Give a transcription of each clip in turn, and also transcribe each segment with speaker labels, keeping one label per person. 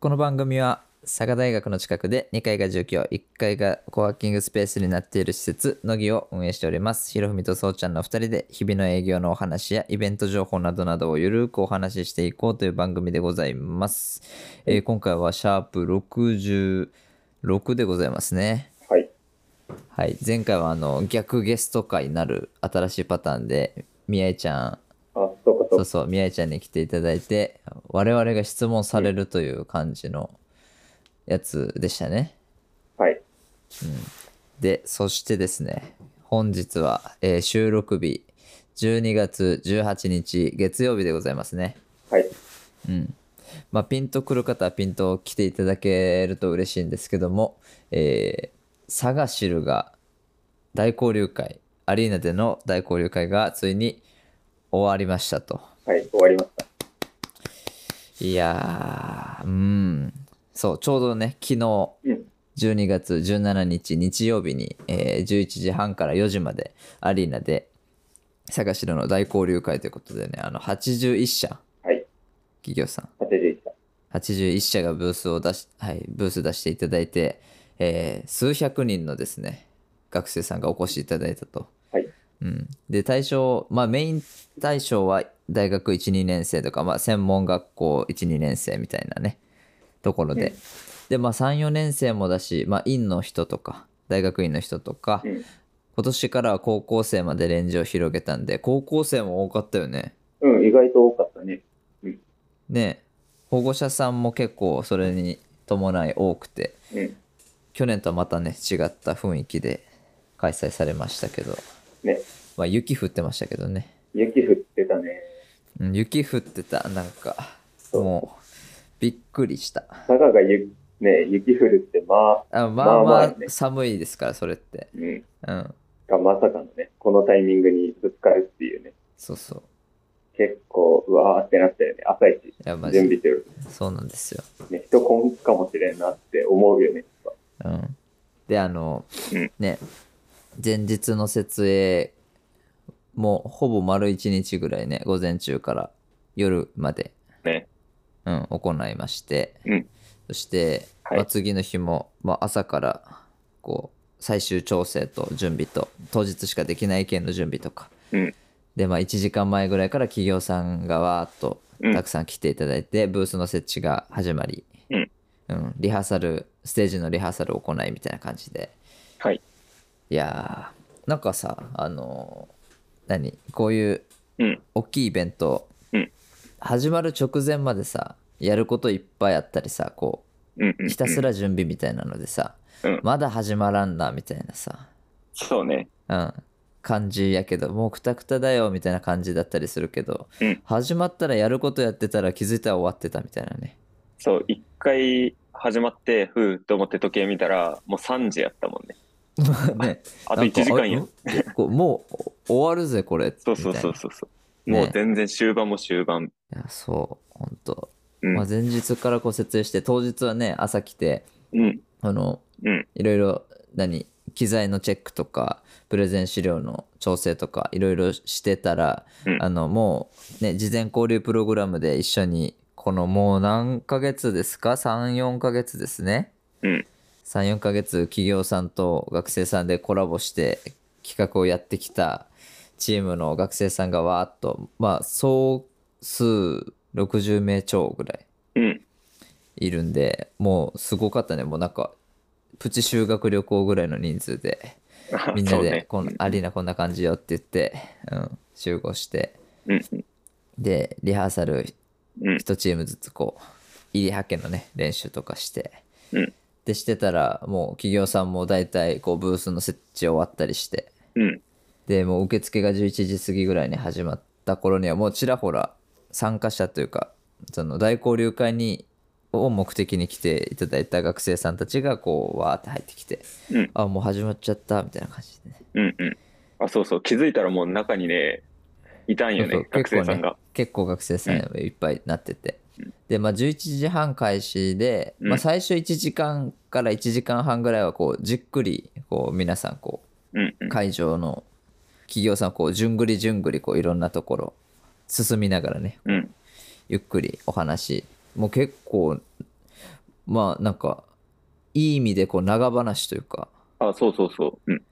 Speaker 1: この番組は佐賀大学の近くで2階が住居1階がコワーキングスペースになっている施設のぎを運営しておりますひろふみとそうちゃんの2人で日々の営業のお話やイベント情報などなどをゆるくお話ししていこうという番組でございます、えー今回はシャープ66でございますね
Speaker 2: はい。
Speaker 1: はい前回はあの逆ゲスト会になる新しいパターンで宮重ちゃん
Speaker 2: あ、そうかそ
Speaker 1: そう
Speaker 2: う
Speaker 1: そう、宮井ちゃんに来ていただいて、我々が質問されるという感じのやつでしたね。
Speaker 2: か。はい。
Speaker 1: で、そしてですね、本日は、えー収録日、12月18日、月曜日でございますね。
Speaker 2: はい。
Speaker 1: うん。まあ、ピンとくる方はピンと来ていただけると嬉しいんですけども、えー、佐賀汁が大交流会、アリーナでの大交流会がついに終わりましたと。
Speaker 2: はい。終わりました。
Speaker 1: いやー、うん。そう、ちょうどね、昨日、
Speaker 2: うん。
Speaker 1: 12月17日日曜日に、えー11時半から4時までアリーナで、佐賀市の大交流会ということでね、あの、81社、
Speaker 2: はい。
Speaker 1: 企業さん、
Speaker 2: 立てていた。
Speaker 1: 81社がブースを出し、はい、ブース出していただいて、えー数百人のですね、学生さんがお越しいただいたと。
Speaker 2: はい
Speaker 1: うん、で、対象、まあメイン対象は大学1、2年生とか、まあ専門学校1、2年生みたいなね、ところで。
Speaker 2: うん
Speaker 1: で、まあ3、4年生もだし、まあ院の人とか、大学院の人とか、
Speaker 2: うん。
Speaker 1: 今年からは高校生までレンジを広げたんで、高校生も多かったよね。
Speaker 2: うん、意外と多かったね。
Speaker 1: ね保護者さんも結構それに伴い多くて
Speaker 2: うん。
Speaker 1: 去年とはまたね違った雰囲気で開催されましたけど、
Speaker 2: ね。
Speaker 1: まあ、雪降ってましたけどね、
Speaker 2: 雪降ってたね。
Speaker 1: うん、雪降ってたなんか
Speaker 2: そう
Speaker 1: もうびっくりした
Speaker 2: 佐賀がゆ、ね、雪降るって、まあ、
Speaker 1: あ
Speaker 2: ま
Speaker 1: まあ
Speaker 2: あ
Speaker 1: ま
Speaker 2: まあ
Speaker 1: あ
Speaker 2: ね
Speaker 1: 寒いですからそれって
Speaker 2: うん。
Speaker 1: うん
Speaker 2: がまさかのね、このタイミングにぶつかるっていうね。
Speaker 1: そうそう
Speaker 2: 結構、うわーってなったよね。朝一、
Speaker 1: いやマ
Speaker 2: 準
Speaker 1: ジ
Speaker 2: 備してる。
Speaker 1: そうなんですよ
Speaker 2: ね、人こんかもしれんなって思うよね。
Speaker 1: うん、であの、
Speaker 2: うん
Speaker 1: ね前日の設営もうほぼ丸一日ぐらいね午前中から夜まで、
Speaker 2: ね
Speaker 1: うん、行いまして、
Speaker 2: うん
Speaker 1: そして、
Speaker 2: はい
Speaker 1: まあ次の日も、まあ、朝からこう最終調整と準備と当日しかできない意見の準備とか、
Speaker 2: うん
Speaker 1: でまあ1時間前ぐらいから企業さんがわーっと
Speaker 2: うん
Speaker 1: たくさん来ていただいて、ブースの設置が始まり、
Speaker 2: うん
Speaker 1: うんリハーサルステージのリハーサルを行いみたいな感じで
Speaker 2: はい。
Speaker 1: いやーなんかさあのー何こういう
Speaker 2: うん。
Speaker 1: 大きいイベント、
Speaker 2: うん
Speaker 1: 始まる直前までさやることいっぱいあったりさこ
Speaker 2: うん、う
Speaker 1: うひたすら準備みたいなのでさ、
Speaker 2: うん
Speaker 1: まだ始まらんなみたいなさ、
Speaker 2: そうね。
Speaker 1: うん、感じやけどもうくたくただよみたいな感じだったりするけど、
Speaker 2: うん
Speaker 1: 始まったらやることやってたら気づいたら終わってたみたいなね
Speaker 3: そう、一回始まって、ふうと思って時計見たら、もう3時やったもんね。
Speaker 1: ね
Speaker 3: あと1時間や
Speaker 1: なん。かあれんこうもうお終わるぜこれ
Speaker 3: そうそうそう
Speaker 1: み
Speaker 3: そうそう。
Speaker 1: みたいな
Speaker 3: もう全然終盤も終盤。
Speaker 1: たいないやそう本当、
Speaker 3: うん。
Speaker 1: まあ、前日からこう設営して当日はね朝来て
Speaker 3: うん。
Speaker 1: あの
Speaker 3: うん。
Speaker 1: いろいろ何機材のチェックとかプレゼン資料の調整とかいろいろしてたら、
Speaker 3: うん
Speaker 1: あのもうね事前交流プログラムで一緒にこのもう何ヶ月ですか34ヶ月ですね
Speaker 3: うん。
Speaker 1: 34ヶ月企業さんと学生さんでコラボして企画をやってきたチームの学生さんがわーっとまあ総数60名超ぐらい
Speaker 3: うん。
Speaker 1: いるんでもうすごかったねもうなんかプチ修学旅行ぐらいの人数でみんな
Speaker 3: そう
Speaker 1: で
Speaker 3: ね
Speaker 1: こん、アリーナこんな感じよって言って、うん、集合して
Speaker 3: うん。
Speaker 1: でリハーサル
Speaker 3: うん。
Speaker 1: 1チームずつこう入り派遣のね練習とかして、
Speaker 3: うん
Speaker 1: でしてたらもう企業さんも大体こうブースの設置終わったりして
Speaker 3: うん。
Speaker 1: でもう受付が11時過ぎぐらいに始まった頃にはもうちらほら参加者というかその大交流会にを目的に来ていただいた学生さんたちがこうわーって入ってきて、
Speaker 3: うん
Speaker 1: あもう始まっちゃったみたいな感じでね
Speaker 3: うん。うん。あ、そうそう。気づいたらもう中にね、いたんよ
Speaker 1: そう
Speaker 3: ね、
Speaker 1: そう
Speaker 3: 学生さんが。
Speaker 1: 結構学生さんいっぱいなってて、でまあ11時半開始で、ま
Speaker 3: う
Speaker 1: あ、
Speaker 3: ん
Speaker 1: 最初1時間から1時間半ぐらいはこうじっくりこう皆さんこ
Speaker 3: うん。う
Speaker 1: うん会場の企業さんをこうじゅんぐりじゅんぐりこういろんなところ進みながらね
Speaker 3: うん。
Speaker 1: ゆっくりお話もう結構まあなんかいい意味でこう長話というか
Speaker 3: あ、そうそうそう。うん。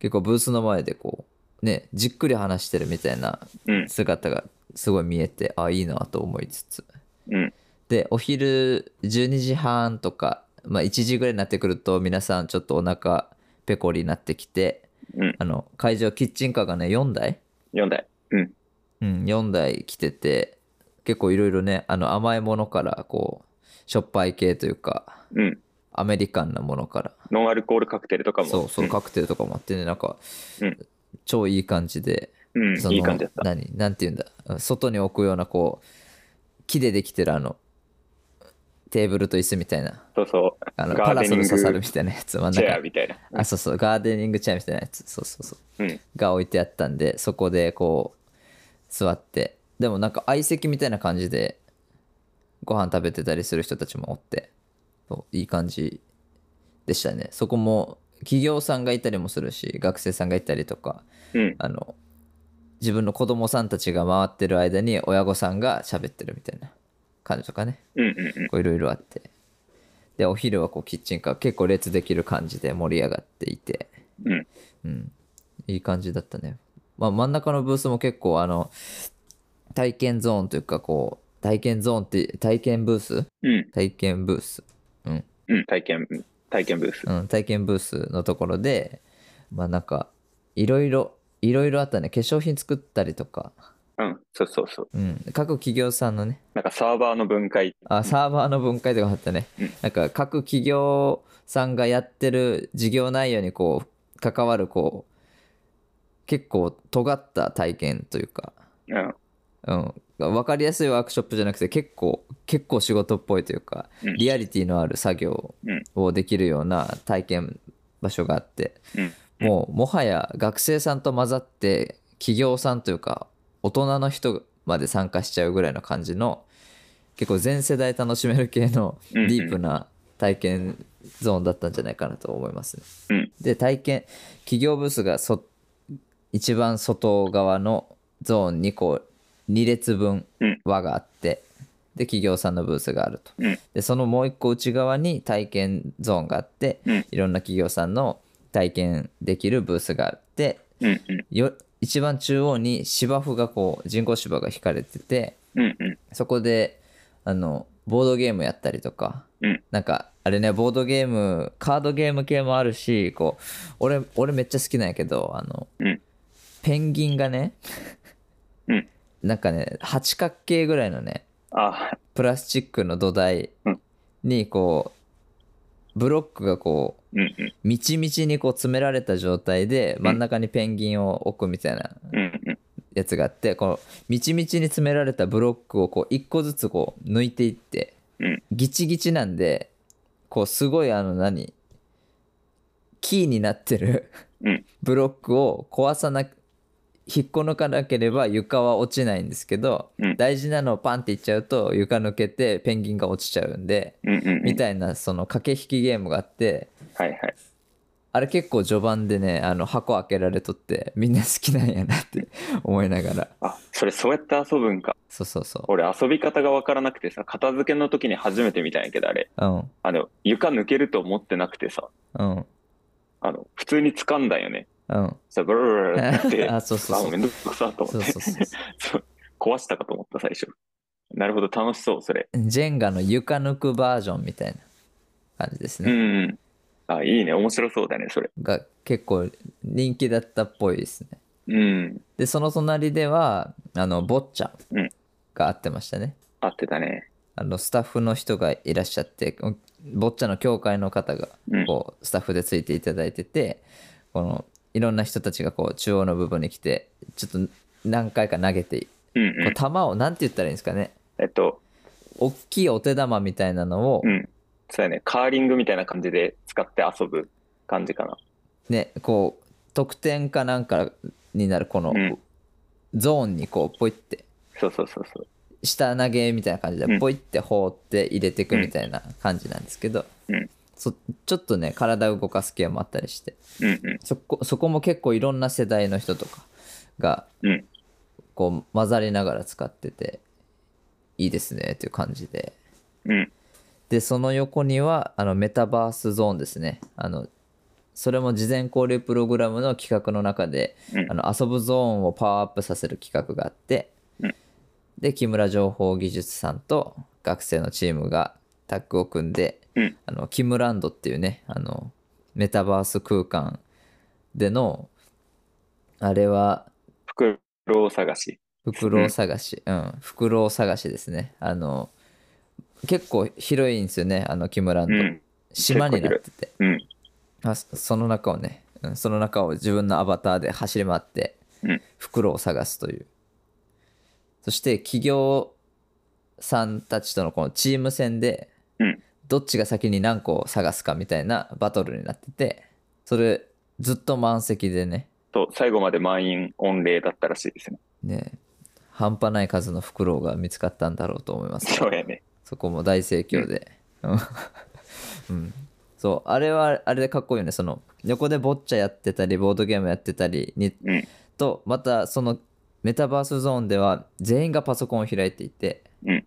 Speaker 1: 結構ブースの前でこうねじっくり話してるみたいな
Speaker 3: うん。
Speaker 1: 姿がすごい見えてあいいなと思いつつ、
Speaker 3: うん
Speaker 1: でお昼12時半とか、まあ、1時ぐらいになってくると皆さんちょっとお腹ペコリになってきて
Speaker 3: うん。
Speaker 1: あの会場キッチンカーがね4台、
Speaker 3: 4台。
Speaker 1: うん、4台来てて結構いろいろねあの甘いものからこうしょっぱい系というか
Speaker 3: うん。
Speaker 1: アメリカンなものから
Speaker 3: ノンアルコールカクテルとかも。
Speaker 1: そうそうカクテルとかもあってねなんか、
Speaker 3: うん
Speaker 1: 超いい感じで
Speaker 3: うん。
Speaker 1: そ
Speaker 3: うん。
Speaker 1: の
Speaker 3: いい感じだった。
Speaker 1: 何なんて言うんだ外に置くようなこう木でできてるあのテーブルと椅子みたいな
Speaker 3: そうそ
Speaker 1: あのパ
Speaker 3: ガー
Speaker 1: ラ
Speaker 3: デニ
Speaker 1: ソル
Speaker 3: ング
Speaker 1: 刺さるみたいなやつ真
Speaker 3: う。
Speaker 1: ん
Speaker 3: チ
Speaker 1: 中
Speaker 3: ェアみたいな。
Speaker 1: あそうそうガーデニングチェアみたいなやつそうそうそう
Speaker 3: うん。
Speaker 1: が置いてあったんでそこでこう座ってでもなんか相席みたいな感じでご飯食べてたりする人たちもおってそういい感じでしたねそこも企業さんがいたりもするし学生さんがいたりとか
Speaker 3: うん。
Speaker 1: あの自分の子供さんたちが回ってる間に親御さんが喋ってるみたいな感じとかね
Speaker 3: うん。うん。うん
Speaker 1: こういろいろあってでお昼はこうキッチンカー結構列できる感じで盛り上がっていて
Speaker 3: うん。
Speaker 1: うん、いい感じだったね。まあ、真ん中のブースも結構あの体験ゾーンというかこう体験ゾーンって体験ブース
Speaker 3: うん。
Speaker 1: 体験ブース、うん
Speaker 3: うん。体験、うん体験ブース。
Speaker 1: うん、体験ブースのところでまあなんかいろいろいろいろあったね化粧品作ったりとか、
Speaker 3: うん。そうそうそう。
Speaker 1: うん、各企業さんのね
Speaker 3: なんかサーバーの分解。
Speaker 1: あサーバーの分解とかあったね、
Speaker 3: うん
Speaker 1: なんか各企業さんがやってる事業内容にこう関わるこう結構尖った体験というか、
Speaker 3: うん。
Speaker 1: うん、分かりやすいワークショップじゃなくて結構結構仕事っぽいというか
Speaker 3: うん
Speaker 1: リアリティのある作業
Speaker 3: うん
Speaker 1: をできるような体験場所があって、
Speaker 3: うん
Speaker 1: もうもはや学生さんと混ざって企業さんというか大人の人まで参加しちゃうぐらいの感じの結構全世代楽しめる系の
Speaker 3: うん
Speaker 1: デ
Speaker 3: うん
Speaker 1: ィープな体験ゾーンだったんじゃないかなと思いますね。
Speaker 3: うん
Speaker 1: で体験企業ブースがそ一番外側のゾーンにこう2列分
Speaker 3: うん
Speaker 1: 輪があって、で企業さんのブースがあると、
Speaker 3: うん
Speaker 1: でそのもう一個内側に体験ゾーンがあって、
Speaker 3: うん
Speaker 1: いろんな企業さんの体験できるブースがあって
Speaker 3: うん。うん。
Speaker 1: よ一番中央に芝生がこう人工芝が引かれてて
Speaker 3: うん。うん。
Speaker 1: そこであのボードゲームやったりとか、
Speaker 3: うん
Speaker 1: なんかあれねボードゲームカードゲーム系もあるしこう俺俺めっちゃ好きなんやけどあの、
Speaker 3: うん
Speaker 1: ペンギンがね、
Speaker 3: うん
Speaker 1: なんかね八角形ぐらいのね
Speaker 3: あ、
Speaker 1: プラスチックの土台
Speaker 3: うん
Speaker 1: にこうブロックがこう
Speaker 3: うん。うん。
Speaker 1: みちみちにこう詰められた状態で真ん中にペンギンを置くみたいな
Speaker 3: うん。うん。
Speaker 1: やつがあってこのみちみちに詰められたブロックをこう一個ずつこう抜いていって、
Speaker 3: うん
Speaker 1: ギチギチなんでこうすごいあの何キーになってる
Speaker 3: うん
Speaker 1: ブロックを壊さな引っこ抜かなければ床は落ちないんですけど、
Speaker 3: うん
Speaker 1: 大事なのをパンっていっちゃうと床抜けてペンギンが落ちちゃうんで、
Speaker 3: うん。うん。
Speaker 1: みたいなその駆け引きゲームがあって
Speaker 3: はいはい。
Speaker 1: あれ結構序盤でねあの箱開けられとってみんな好きなんやなって思いながら
Speaker 3: あ、それそうやって遊ぶんか。
Speaker 1: そうそうそう
Speaker 3: 俺遊び方が分からなくてさ、片付けの時に初めて見たんやけど、あれ。
Speaker 1: うん。
Speaker 3: あの、床抜けると思ってなくてさ、
Speaker 1: うん。
Speaker 3: あの、普通に掴んだんよね。
Speaker 1: うん。
Speaker 3: さ、ブルブルブルってや
Speaker 1: あ、
Speaker 3: って、
Speaker 1: そうそう
Speaker 3: あ、
Speaker 1: そ
Speaker 3: もう
Speaker 1: う。
Speaker 3: めんどくさと
Speaker 1: そ
Speaker 3: 思
Speaker 1: う
Speaker 3: って
Speaker 1: そうそう。
Speaker 3: そう壊したかと思った、最初。なるほど、楽しそう、それ。
Speaker 1: ジェンガの床抜くバージョンみたいな感じです
Speaker 3: うん
Speaker 1: ね。
Speaker 3: うん。あ、いいね、面白そうだね、それ。
Speaker 1: が結構人気だったっぽいですね。
Speaker 3: うん。
Speaker 1: で、その隣では、あの、ボッチャ
Speaker 3: うん
Speaker 1: があってましたね。
Speaker 3: 合ってたね。
Speaker 1: あの、スタッフの人がいらっしゃって、ボッチャの協会の方が、
Speaker 3: うん。
Speaker 1: こう、スタッフでついていただいてて、この、いろんな人たちがこう、中央の部分に来て、ちょっと何回か投げて、
Speaker 3: うん
Speaker 1: こ
Speaker 3: う
Speaker 1: う球を、なんて言ったらいいんですかね。
Speaker 3: ん。えっと、
Speaker 1: 大きいお手玉みたいなのを、
Speaker 3: うん。そうやね、カーリングみたいな感じで使って遊ぶ感じかな。
Speaker 1: ねこう得点かなんかになるこの
Speaker 3: うん
Speaker 1: ゾーンにこうポイって
Speaker 3: そうそうそうそう。
Speaker 1: 下投げみたいな感じ
Speaker 3: う
Speaker 1: で
Speaker 3: ん
Speaker 1: ポイって放って入れていくみたいな感じなんですけど、
Speaker 3: うん
Speaker 1: そちょっとね体を動かす系もあったりして
Speaker 3: うんうん。
Speaker 1: そこそこも結構いろんな世代の人とかが
Speaker 3: うん
Speaker 1: こう混ざりながら使ってていいですねっていう感じで
Speaker 3: うん。
Speaker 1: で、その横には、あの、メタバースゾーンですね。あの、それも事前交流プログラムの企画の中で、
Speaker 3: うん
Speaker 1: あの遊ぶゾーンをパワーアップさせる企画があって、
Speaker 3: うん
Speaker 1: で、木村情報技術さんと学生のチームがタッグを組んで、
Speaker 3: うん
Speaker 1: あのキムランドっていうね、あの、メタバース空間での、あれは、
Speaker 3: 袋探し。
Speaker 1: 袋探し、うん、袋探しですね。あの、結構広いんですよね、あの、木村
Speaker 3: う
Speaker 1: の、
Speaker 3: ん。
Speaker 1: 島になってて。
Speaker 3: うん。
Speaker 1: あそその中をね、うん、その中を自分のアバターで走り回って
Speaker 3: うん
Speaker 1: 袋を探すという、そして企業さんたちとのこのチーム戦で、
Speaker 3: うん
Speaker 1: どっちが先に何個を探すかみたいなバトルになっててそれずっと満席でね
Speaker 3: と、最後まで満員御礼だったらしいですね。
Speaker 1: ね半端ない数の袋が見つかったんだろうと思いますが
Speaker 3: そうやね。
Speaker 1: そこも大盛況で。うん。うんそう、あれはあれでかっこいいよね。その、横でボッチャやってたり、ボードゲームやってたりに、
Speaker 3: うん
Speaker 1: と、またその、メタバースゾーンでは全員がパソコンを開いていて、
Speaker 3: うん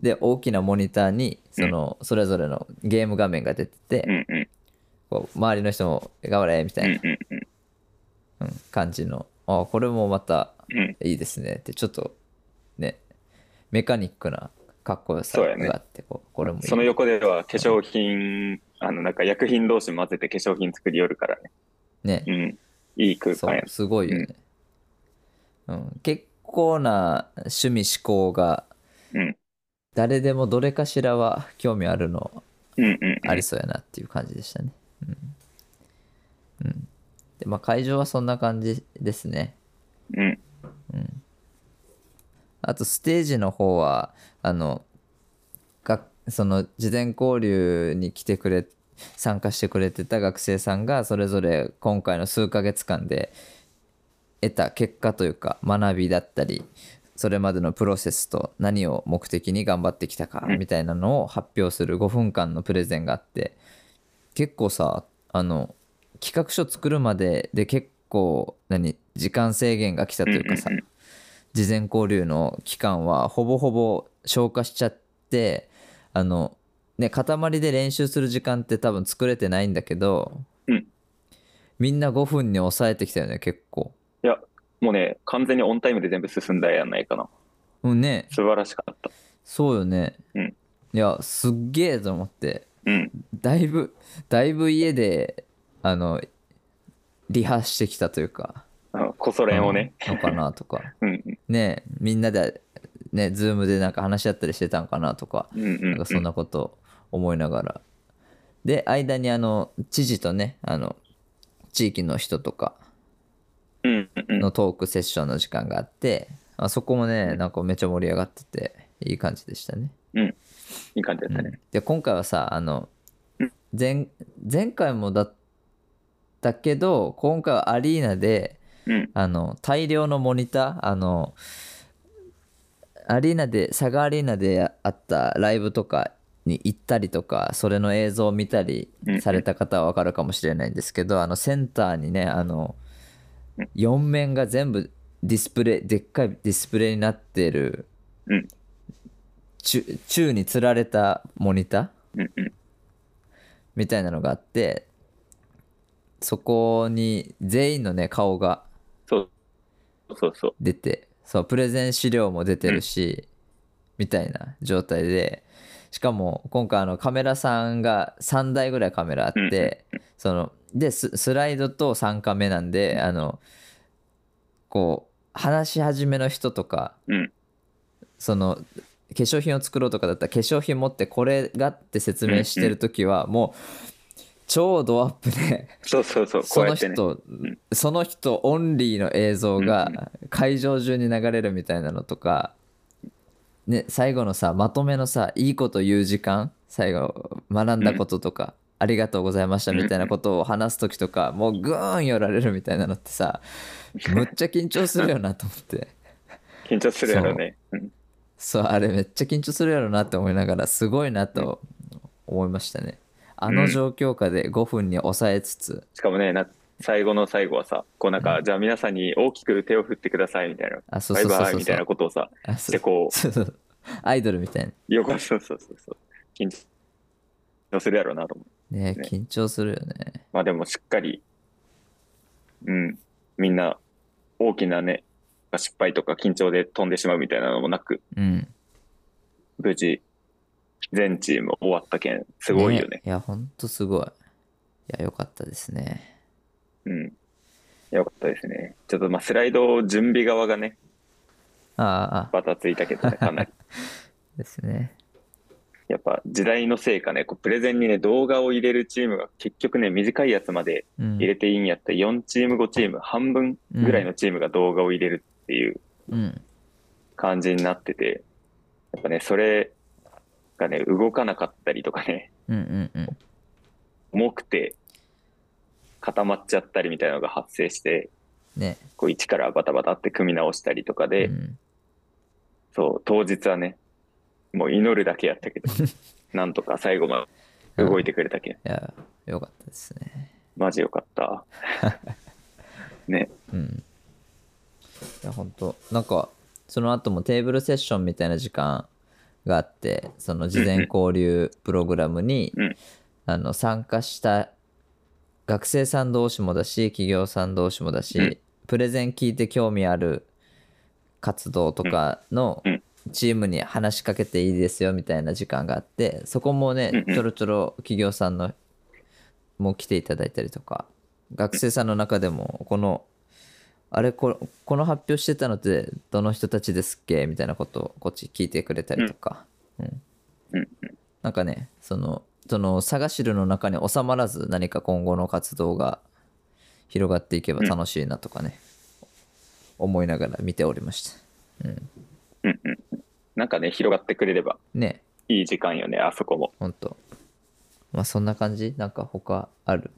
Speaker 1: で、大きなモニターに、その、それぞれのゲーム画面が出てて、
Speaker 3: うんうん。
Speaker 1: こう周りの人も、頑張れみた
Speaker 3: う
Speaker 1: い
Speaker 3: ん
Speaker 1: な、
Speaker 3: うん
Speaker 1: うん感じの、あこれもまた
Speaker 3: うん。うん。
Speaker 1: いいですねってちょっとねメカニックなかっこよさ
Speaker 3: そう
Speaker 1: が
Speaker 3: やね
Speaker 1: あってこうこれもいい
Speaker 3: その横では化粧品、あの、なんか薬品同士混ぜて化粧品作りよるからね。
Speaker 1: ね
Speaker 3: うん。いい空
Speaker 1: そう
Speaker 3: 間や。
Speaker 1: すごいよね、うん結構な趣味思考が
Speaker 3: うん。
Speaker 1: 誰でもどれかしらは興味あるの
Speaker 3: うんうんうん。
Speaker 1: ありそうやなっていう感じでしたねうん、うんでまあ、会場はそんな感じですね
Speaker 3: うん。
Speaker 1: あとステージの方はあのがその事前交流に来てくれ参加してくれてた学生さんがそれぞれ今回の数ヶ月間で得た結果というか学びだったりそれまでのプロセスと何を目的に頑張ってきたか
Speaker 3: うん
Speaker 1: みたいなのを発表する5分間のプレゼンがあって結構さあの企画書作るまでで結構何時間制限が来たというかさ
Speaker 3: うんうん
Speaker 1: 事前交流の期間はほぼほぼ消化しちゃってあのね塊で練習する時間って多分作れてないんだけど、
Speaker 3: うん
Speaker 1: みんな5分に抑えてきたよね結構
Speaker 3: もうね、完全にオンタイムで全部進んだやんないかな。
Speaker 1: うんね
Speaker 3: 素晴らしかった。
Speaker 1: そうよね、
Speaker 3: うん
Speaker 1: いやすっげえと思って
Speaker 3: うん。
Speaker 1: だいぶだいぶ家であのリハしてきたというか
Speaker 3: あのこそ練をね。
Speaker 1: うんのかなとか
Speaker 3: うん
Speaker 1: ねみんなでねズームでなんか話し合ったりしてたんかなとか
Speaker 3: うんうんう
Speaker 1: なん
Speaker 3: ん
Speaker 1: かそん
Speaker 3: う
Speaker 1: なことを思いながら。で、間にあの、知事とね、あの、地域の人とか
Speaker 3: んうん
Speaker 1: のトークセッションの時間があって、あそこもね、なんかめっちゃ盛り上がってて、いい感じでしたね。
Speaker 3: いい感じだったね。
Speaker 1: で、今回はさ、あの
Speaker 3: うん、
Speaker 1: 前、前回もだったけど、今回はアリーナで、
Speaker 3: うん
Speaker 1: あの大量のモニターあのアリーナで佐賀アリーナであったライブとかに行ったりとかそれの映像を見たり
Speaker 3: うん
Speaker 1: された方は分かるかもしれないんですけど、あのセンターにねあの
Speaker 3: うん
Speaker 1: 4面が全部ディスプレイでっかいディスプレイになってる、
Speaker 3: うん
Speaker 1: 宙宙につられたモニター
Speaker 3: うんうん
Speaker 1: みたいなのがあってそこに全員のね顔が
Speaker 3: そうそうそう。
Speaker 1: 出てそうプレゼン資料も出てるし、みたいな状態でしかも今回あのカメラさんが3台ぐらいカメラあって、そのでススライドと3カメなんで、あのこう話し始めの人とか、
Speaker 3: うん
Speaker 1: その化粧品を作ろうとかだったら化粧品持ってこれがって説明してる時はもう超ドアップで。
Speaker 3: そうそうそう。こ
Speaker 1: そう
Speaker 3: や
Speaker 1: の
Speaker 3: ってね。
Speaker 1: 人、
Speaker 3: ん
Speaker 1: その人オンリーの映像
Speaker 3: うん
Speaker 1: が会場中に流れるみたいなのとか、ね、最後のさまとめのさいいこと言う時間最後学んだこととか、ありがとうございましたみたいなことを話す時とか、もうグーン寄られるみたいなのって さむっちゃ緊張するよなと思って。
Speaker 3: 緊張するやろね。うん
Speaker 1: そうあれめっちゃ緊張するやろなって思いながらすごいなと思いましたね。あの状況下で5分に抑えつつ、
Speaker 3: しかもね、な最後の最後はさ、こうなんか、じゃあ皆さんに大きく手を振ってくださいみたいな、
Speaker 1: あそう
Speaker 3: バイ
Speaker 1: そうそう
Speaker 3: バイ
Speaker 1: そう
Speaker 3: みたいなことをさ、
Speaker 1: あ
Speaker 3: し
Speaker 1: そ
Speaker 3: て
Speaker 1: う
Speaker 3: こう、
Speaker 1: そうそうアイドルみたい
Speaker 3: 横、そうそうそうそう。緊張するやろうなと思う。
Speaker 1: な。ね
Speaker 3: ね
Speaker 1: 緊張するよね。
Speaker 3: まあでもしっかり、うん、みんな大きなね、失敗とか緊張で飛んでしまうみたいなのもなく、
Speaker 1: うん。
Speaker 3: 無事、全チーム終わったけん、すごいよね。
Speaker 1: いや、ほんとすごい。いや、よかったですね。
Speaker 3: うん。よかったですね。ちょっとまあスライド準備側がね、
Speaker 1: ああ、ああ
Speaker 3: バタついたけどね、かなり。
Speaker 1: ですね。
Speaker 3: やっぱ時代のせいかね、こうプレゼンにね、動画を入れるチームが結局ね、短いやつまで
Speaker 1: うん。
Speaker 3: 入れていいんやったら4チーム5チーム半分ぐらいのチームが動画を入れるっていう
Speaker 1: うん。
Speaker 3: 感じになっててやっぱねそれがね動かなかったりとかね
Speaker 1: うんうんうん。
Speaker 3: 重くて固まっちゃったりみたいなのが発生して
Speaker 1: ね。
Speaker 3: こう一からバタバタって組み直したりとかで、
Speaker 1: うん、
Speaker 3: そう当日はねもう祈るだけやった けどなんとか最後まで動いてくれたけん
Speaker 1: いや、よかったですね。
Speaker 3: マジよか った
Speaker 1: うん。いや、ほんと、なんか、その後もテーブルセッションみたいな時間があって、その事前交流プログラムに、
Speaker 3: うん
Speaker 1: あの参加した学生さん同士もだし、企業さん同士もだし、
Speaker 3: うん
Speaker 1: プレゼン聞いて興味ある活動とかの
Speaker 3: うん
Speaker 1: チームに話しかけていいですよみたいな時間があって、そこもね、
Speaker 3: うんうん
Speaker 1: ちょろちょろ企業さんのも来ていただいたりとか、学生さんの中でも、この、あれこ、この発表してたのってどの人たちですっけみたいなことをこっち聞いてくれたりとか、うん
Speaker 3: うんうん
Speaker 1: なんかね、その、その、探しるの中に収まらず、何か今後の活動が広がっていけば楽しいなとかね、思いながら見ておりました。うん。
Speaker 3: うんうんなんかね広がってくれれば
Speaker 1: ね、
Speaker 3: いい時間よねあそこも
Speaker 1: ほんと。まあ、そんな感じなんか他ある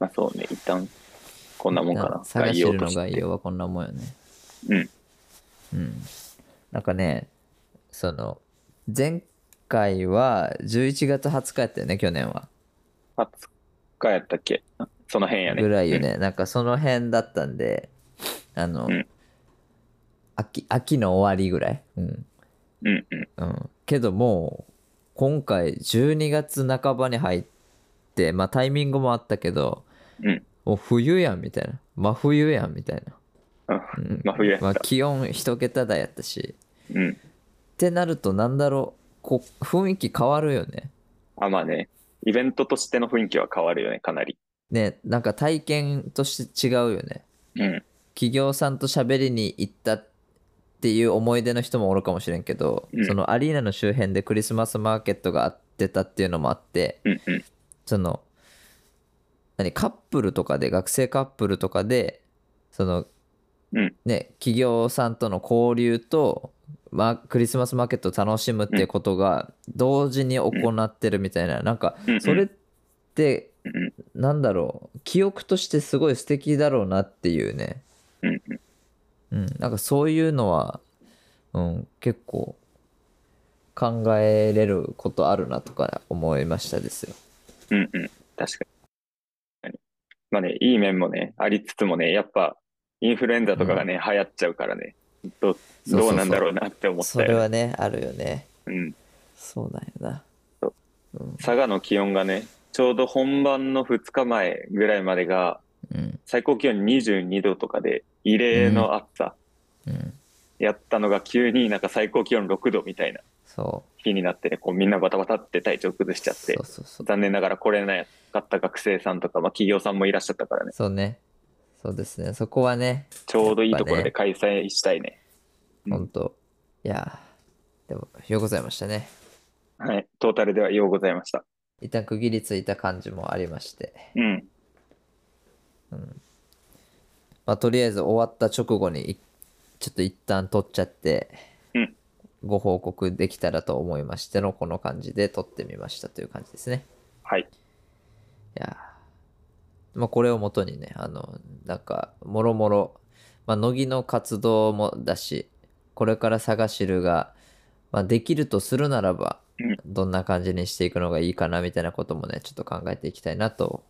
Speaker 3: まあそうね一旦こんなもんかな
Speaker 1: 探してるの
Speaker 3: して
Speaker 1: 概要はこんなもんよね。
Speaker 3: うん。
Speaker 1: うん。なんかね、その、前回は11月20日やったよね、去年は。
Speaker 3: 20日やったっけその辺やね。
Speaker 1: ぐらいよね。なんかその辺だったんで、あの、
Speaker 3: うん
Speaker 1: 秋秋の終わりぐらい。うん。
Speaker 3: うん。うんうん。
Speaker 1: うん。けどもう、今回12月半ばに入って、まあタイミングもあったけど、
Speaker 3: うん
Speaker 1: もう冬やんみたいな。真冬やんみたいな。
Speaker 3: うん
Speaker 1: うん
Speaker 3: 真冬やっ た
Speaker 1: まあ、気温一桁台やったし
Speaker 3: うん。
Speaker 1: ってなるとなんだろうこう雰囲気変わるよね
Speaker 3: あ、まあね。イベントとしての雰囲気は変わるよね、かなり。
Speaker 1: ねなんか体験として違うよね
Speaker 3: うん。
Speaker 1: 企業さんと喋りに行ったっていう思い出の人もおるかもしれんけど、
Speaker 3: うん
Speaker 1: そのアリーナの周辺でクリスマスマーケットがあってたっていうのもあって
Speaker 3: うんうん。
Speaker 1: その何カップルとかで学生カップルとかでその、
Speaker 3: うん
Speaker 1: ね企業さんとの交流と、まあ、クリスマスマーケットを楽しむっていうことが同時に行ってるみたいな、なんか
Speaker 3: うんうん
Speaker 1: それって
Speaker 3: うん
Speaker 1: なんだろう記憶としてすごい素敵だろうなっていうね、
Speaker 3: うん
Speaker 1: うん、なんかそういうのは、うん、結構考えれることあるなとか思いましたですよ。
Speaker 3: うんうん。確かに。まあね、いい面もね、ありつつもね、やっぱ、インフルエンザとかがね、流行っちゃうからね、
Speaker 1: そうそ
Speaker 3: どう
Speaker 1: うそう
Speaker 3: どうなんだろうなって思っ
Speaker 1: そ
Speaker 3: た
Speaker 1: れ
Speaker 3: よね。
Speaker 1: はねあるよね
Speaker 3: うん。
Speaker 1: そうなんやな
Speaker 3: そう
Speaker 1: うん
Speaker 3: 佐賀の気温がね、ちょうど本番の2日前ぐらいまでが、
Speaker 1: うん
Speaker 3: 最高気温22度とかで、異例の暑さ。
Speaker 1: うん
Speaker 3: やったのが急になんか最高気温6度みたいな
Speaker 1: そ
Speaker 3: 日になってね、こうみんなバタバタって体調崩し
Speaker 1: う
Speaker 3: ちゃっ
Speaker 1: そ
Speaker 3: て
Speaker 1: う、そうそう
Speaker 3: 残念ながら来れなかった学生さんとか、まあ、企業さんもいらっしゃったからね、
Speaker 1: そうねそうですねそこはね
Speaker 3: ちょうどいいところ
Speaker 1: やっ
Speaker 3: で開催したいね。うん
Speaker 1: ほんといやーでもようございましたね
Speaker 3: はい、トータルではようございました。
Speaker 1: 一旦区切りついた感じもありまして
Speaker 3: うん、
Speaker 1: まあとりあえず終わった直後にいちょっと一旦撮っちゃって、
Speaker 3: うん
Speaker 1: ご報告できたらと思いましてのこの感じで撮ってみましたという感じですね
Speaker 3: はい、
Speaker 1: いやーまあこれをもとにねあのなんかもろもろまあ乃木の活動もだしこれから探しるが、まあ、できるとするならば
Speaker 3: うん
Speaker 1: どんな感じにしていくのがいいかなみたいなこともねちょっと考えていきたいなと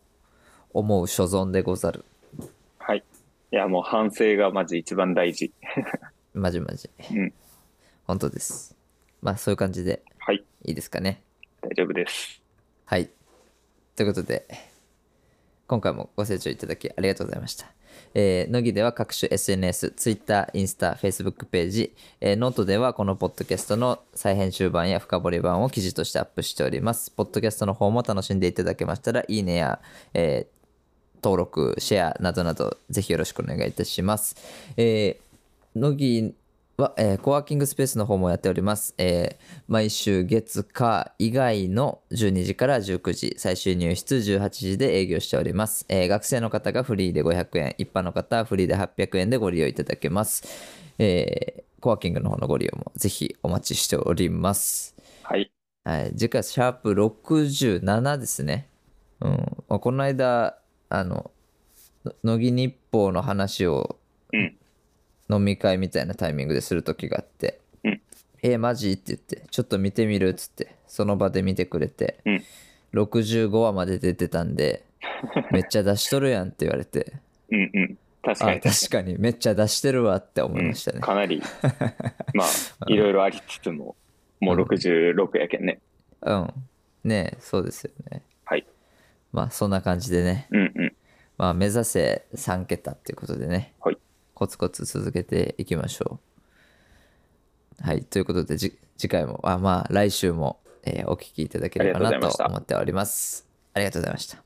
Speaker 1: 思う所存でござる
Speaker 3: はい。いや、もう反省がまず一番大事。
Speaker 1: まじまじ
Speaker 3: うん
Speaker 1: 本当ですまあそういう感じで
Speaker 3: はい、
Speaker 1: いいですかね。
Speaker 3: 大丈夫です。
Speaker 1: はい。ということで、今回もご清聴いただきありがとうございました。えー、乃木では各種 SNS、Twitter、インスタ、Facebook ページ、えーノートではこのポッドキャストの再編集版や深掘り版を記事としてアップしております。ポッドキャストの方も楽しんでいただけましたら、いいねや、えー登録、シェアなどなど、ぜひよろしくお願いいたします。えー、乃木は、えーコワーキングスペースの方もやっております。えー毎週月火以外の12時から19時、最終入室18時で営業しております。えー学生の方がフリーで500円、一般の方はフリーで800円でご利用いただけます。えーコワーキングの方のご利用もぜひお待ちしております。
Speaker 3: はい、
Speaker 1: はい、次回、シャープ67ですね。うん。まあこの間、あの、の乃木日報の話を
Speaker 3: うん
Speaker 1: 飲み会みたいなタイミングでする時があって「
Speaker 3: うん
Speaker 1: えマジ?」って言って「ちょっと見てみる」っつってその場で見てくれて、
Speaker 3: うん
Speaker 1: 65話まで出てたん で「めっちゃ出しとるやん」って言われて
Speaker 3: うんうん、
Speaker 1: 「
Speaker 3: 確
Speaker 1: あ
Speaker 3: かに
Speaker 1: 確かにめっちゃ出してるわ」って思いましたね、
Speaker 3: うん かなり、まあ、いろいろありつつも、もう66やけんね。
Speaker 1: うんねえそうですよね
Speaker 3: はい
Speaker 1: まあそんな感じでね
Speaker 3: うんうん。
Speaker 1: まあ目指せ3桁っていうことでね、
Speaker 3: はい
Speaker 1: コツコツ続けていきましょうはいということでじ次回もあまあ来週も、えーお聞きいただければ
Speaker 3: あ
Speaker 1: な
Speaker 3: りがとうござ
Speaker 1: と
Speaker 3: いました
Speaker 1: 思っておりますありがとうございました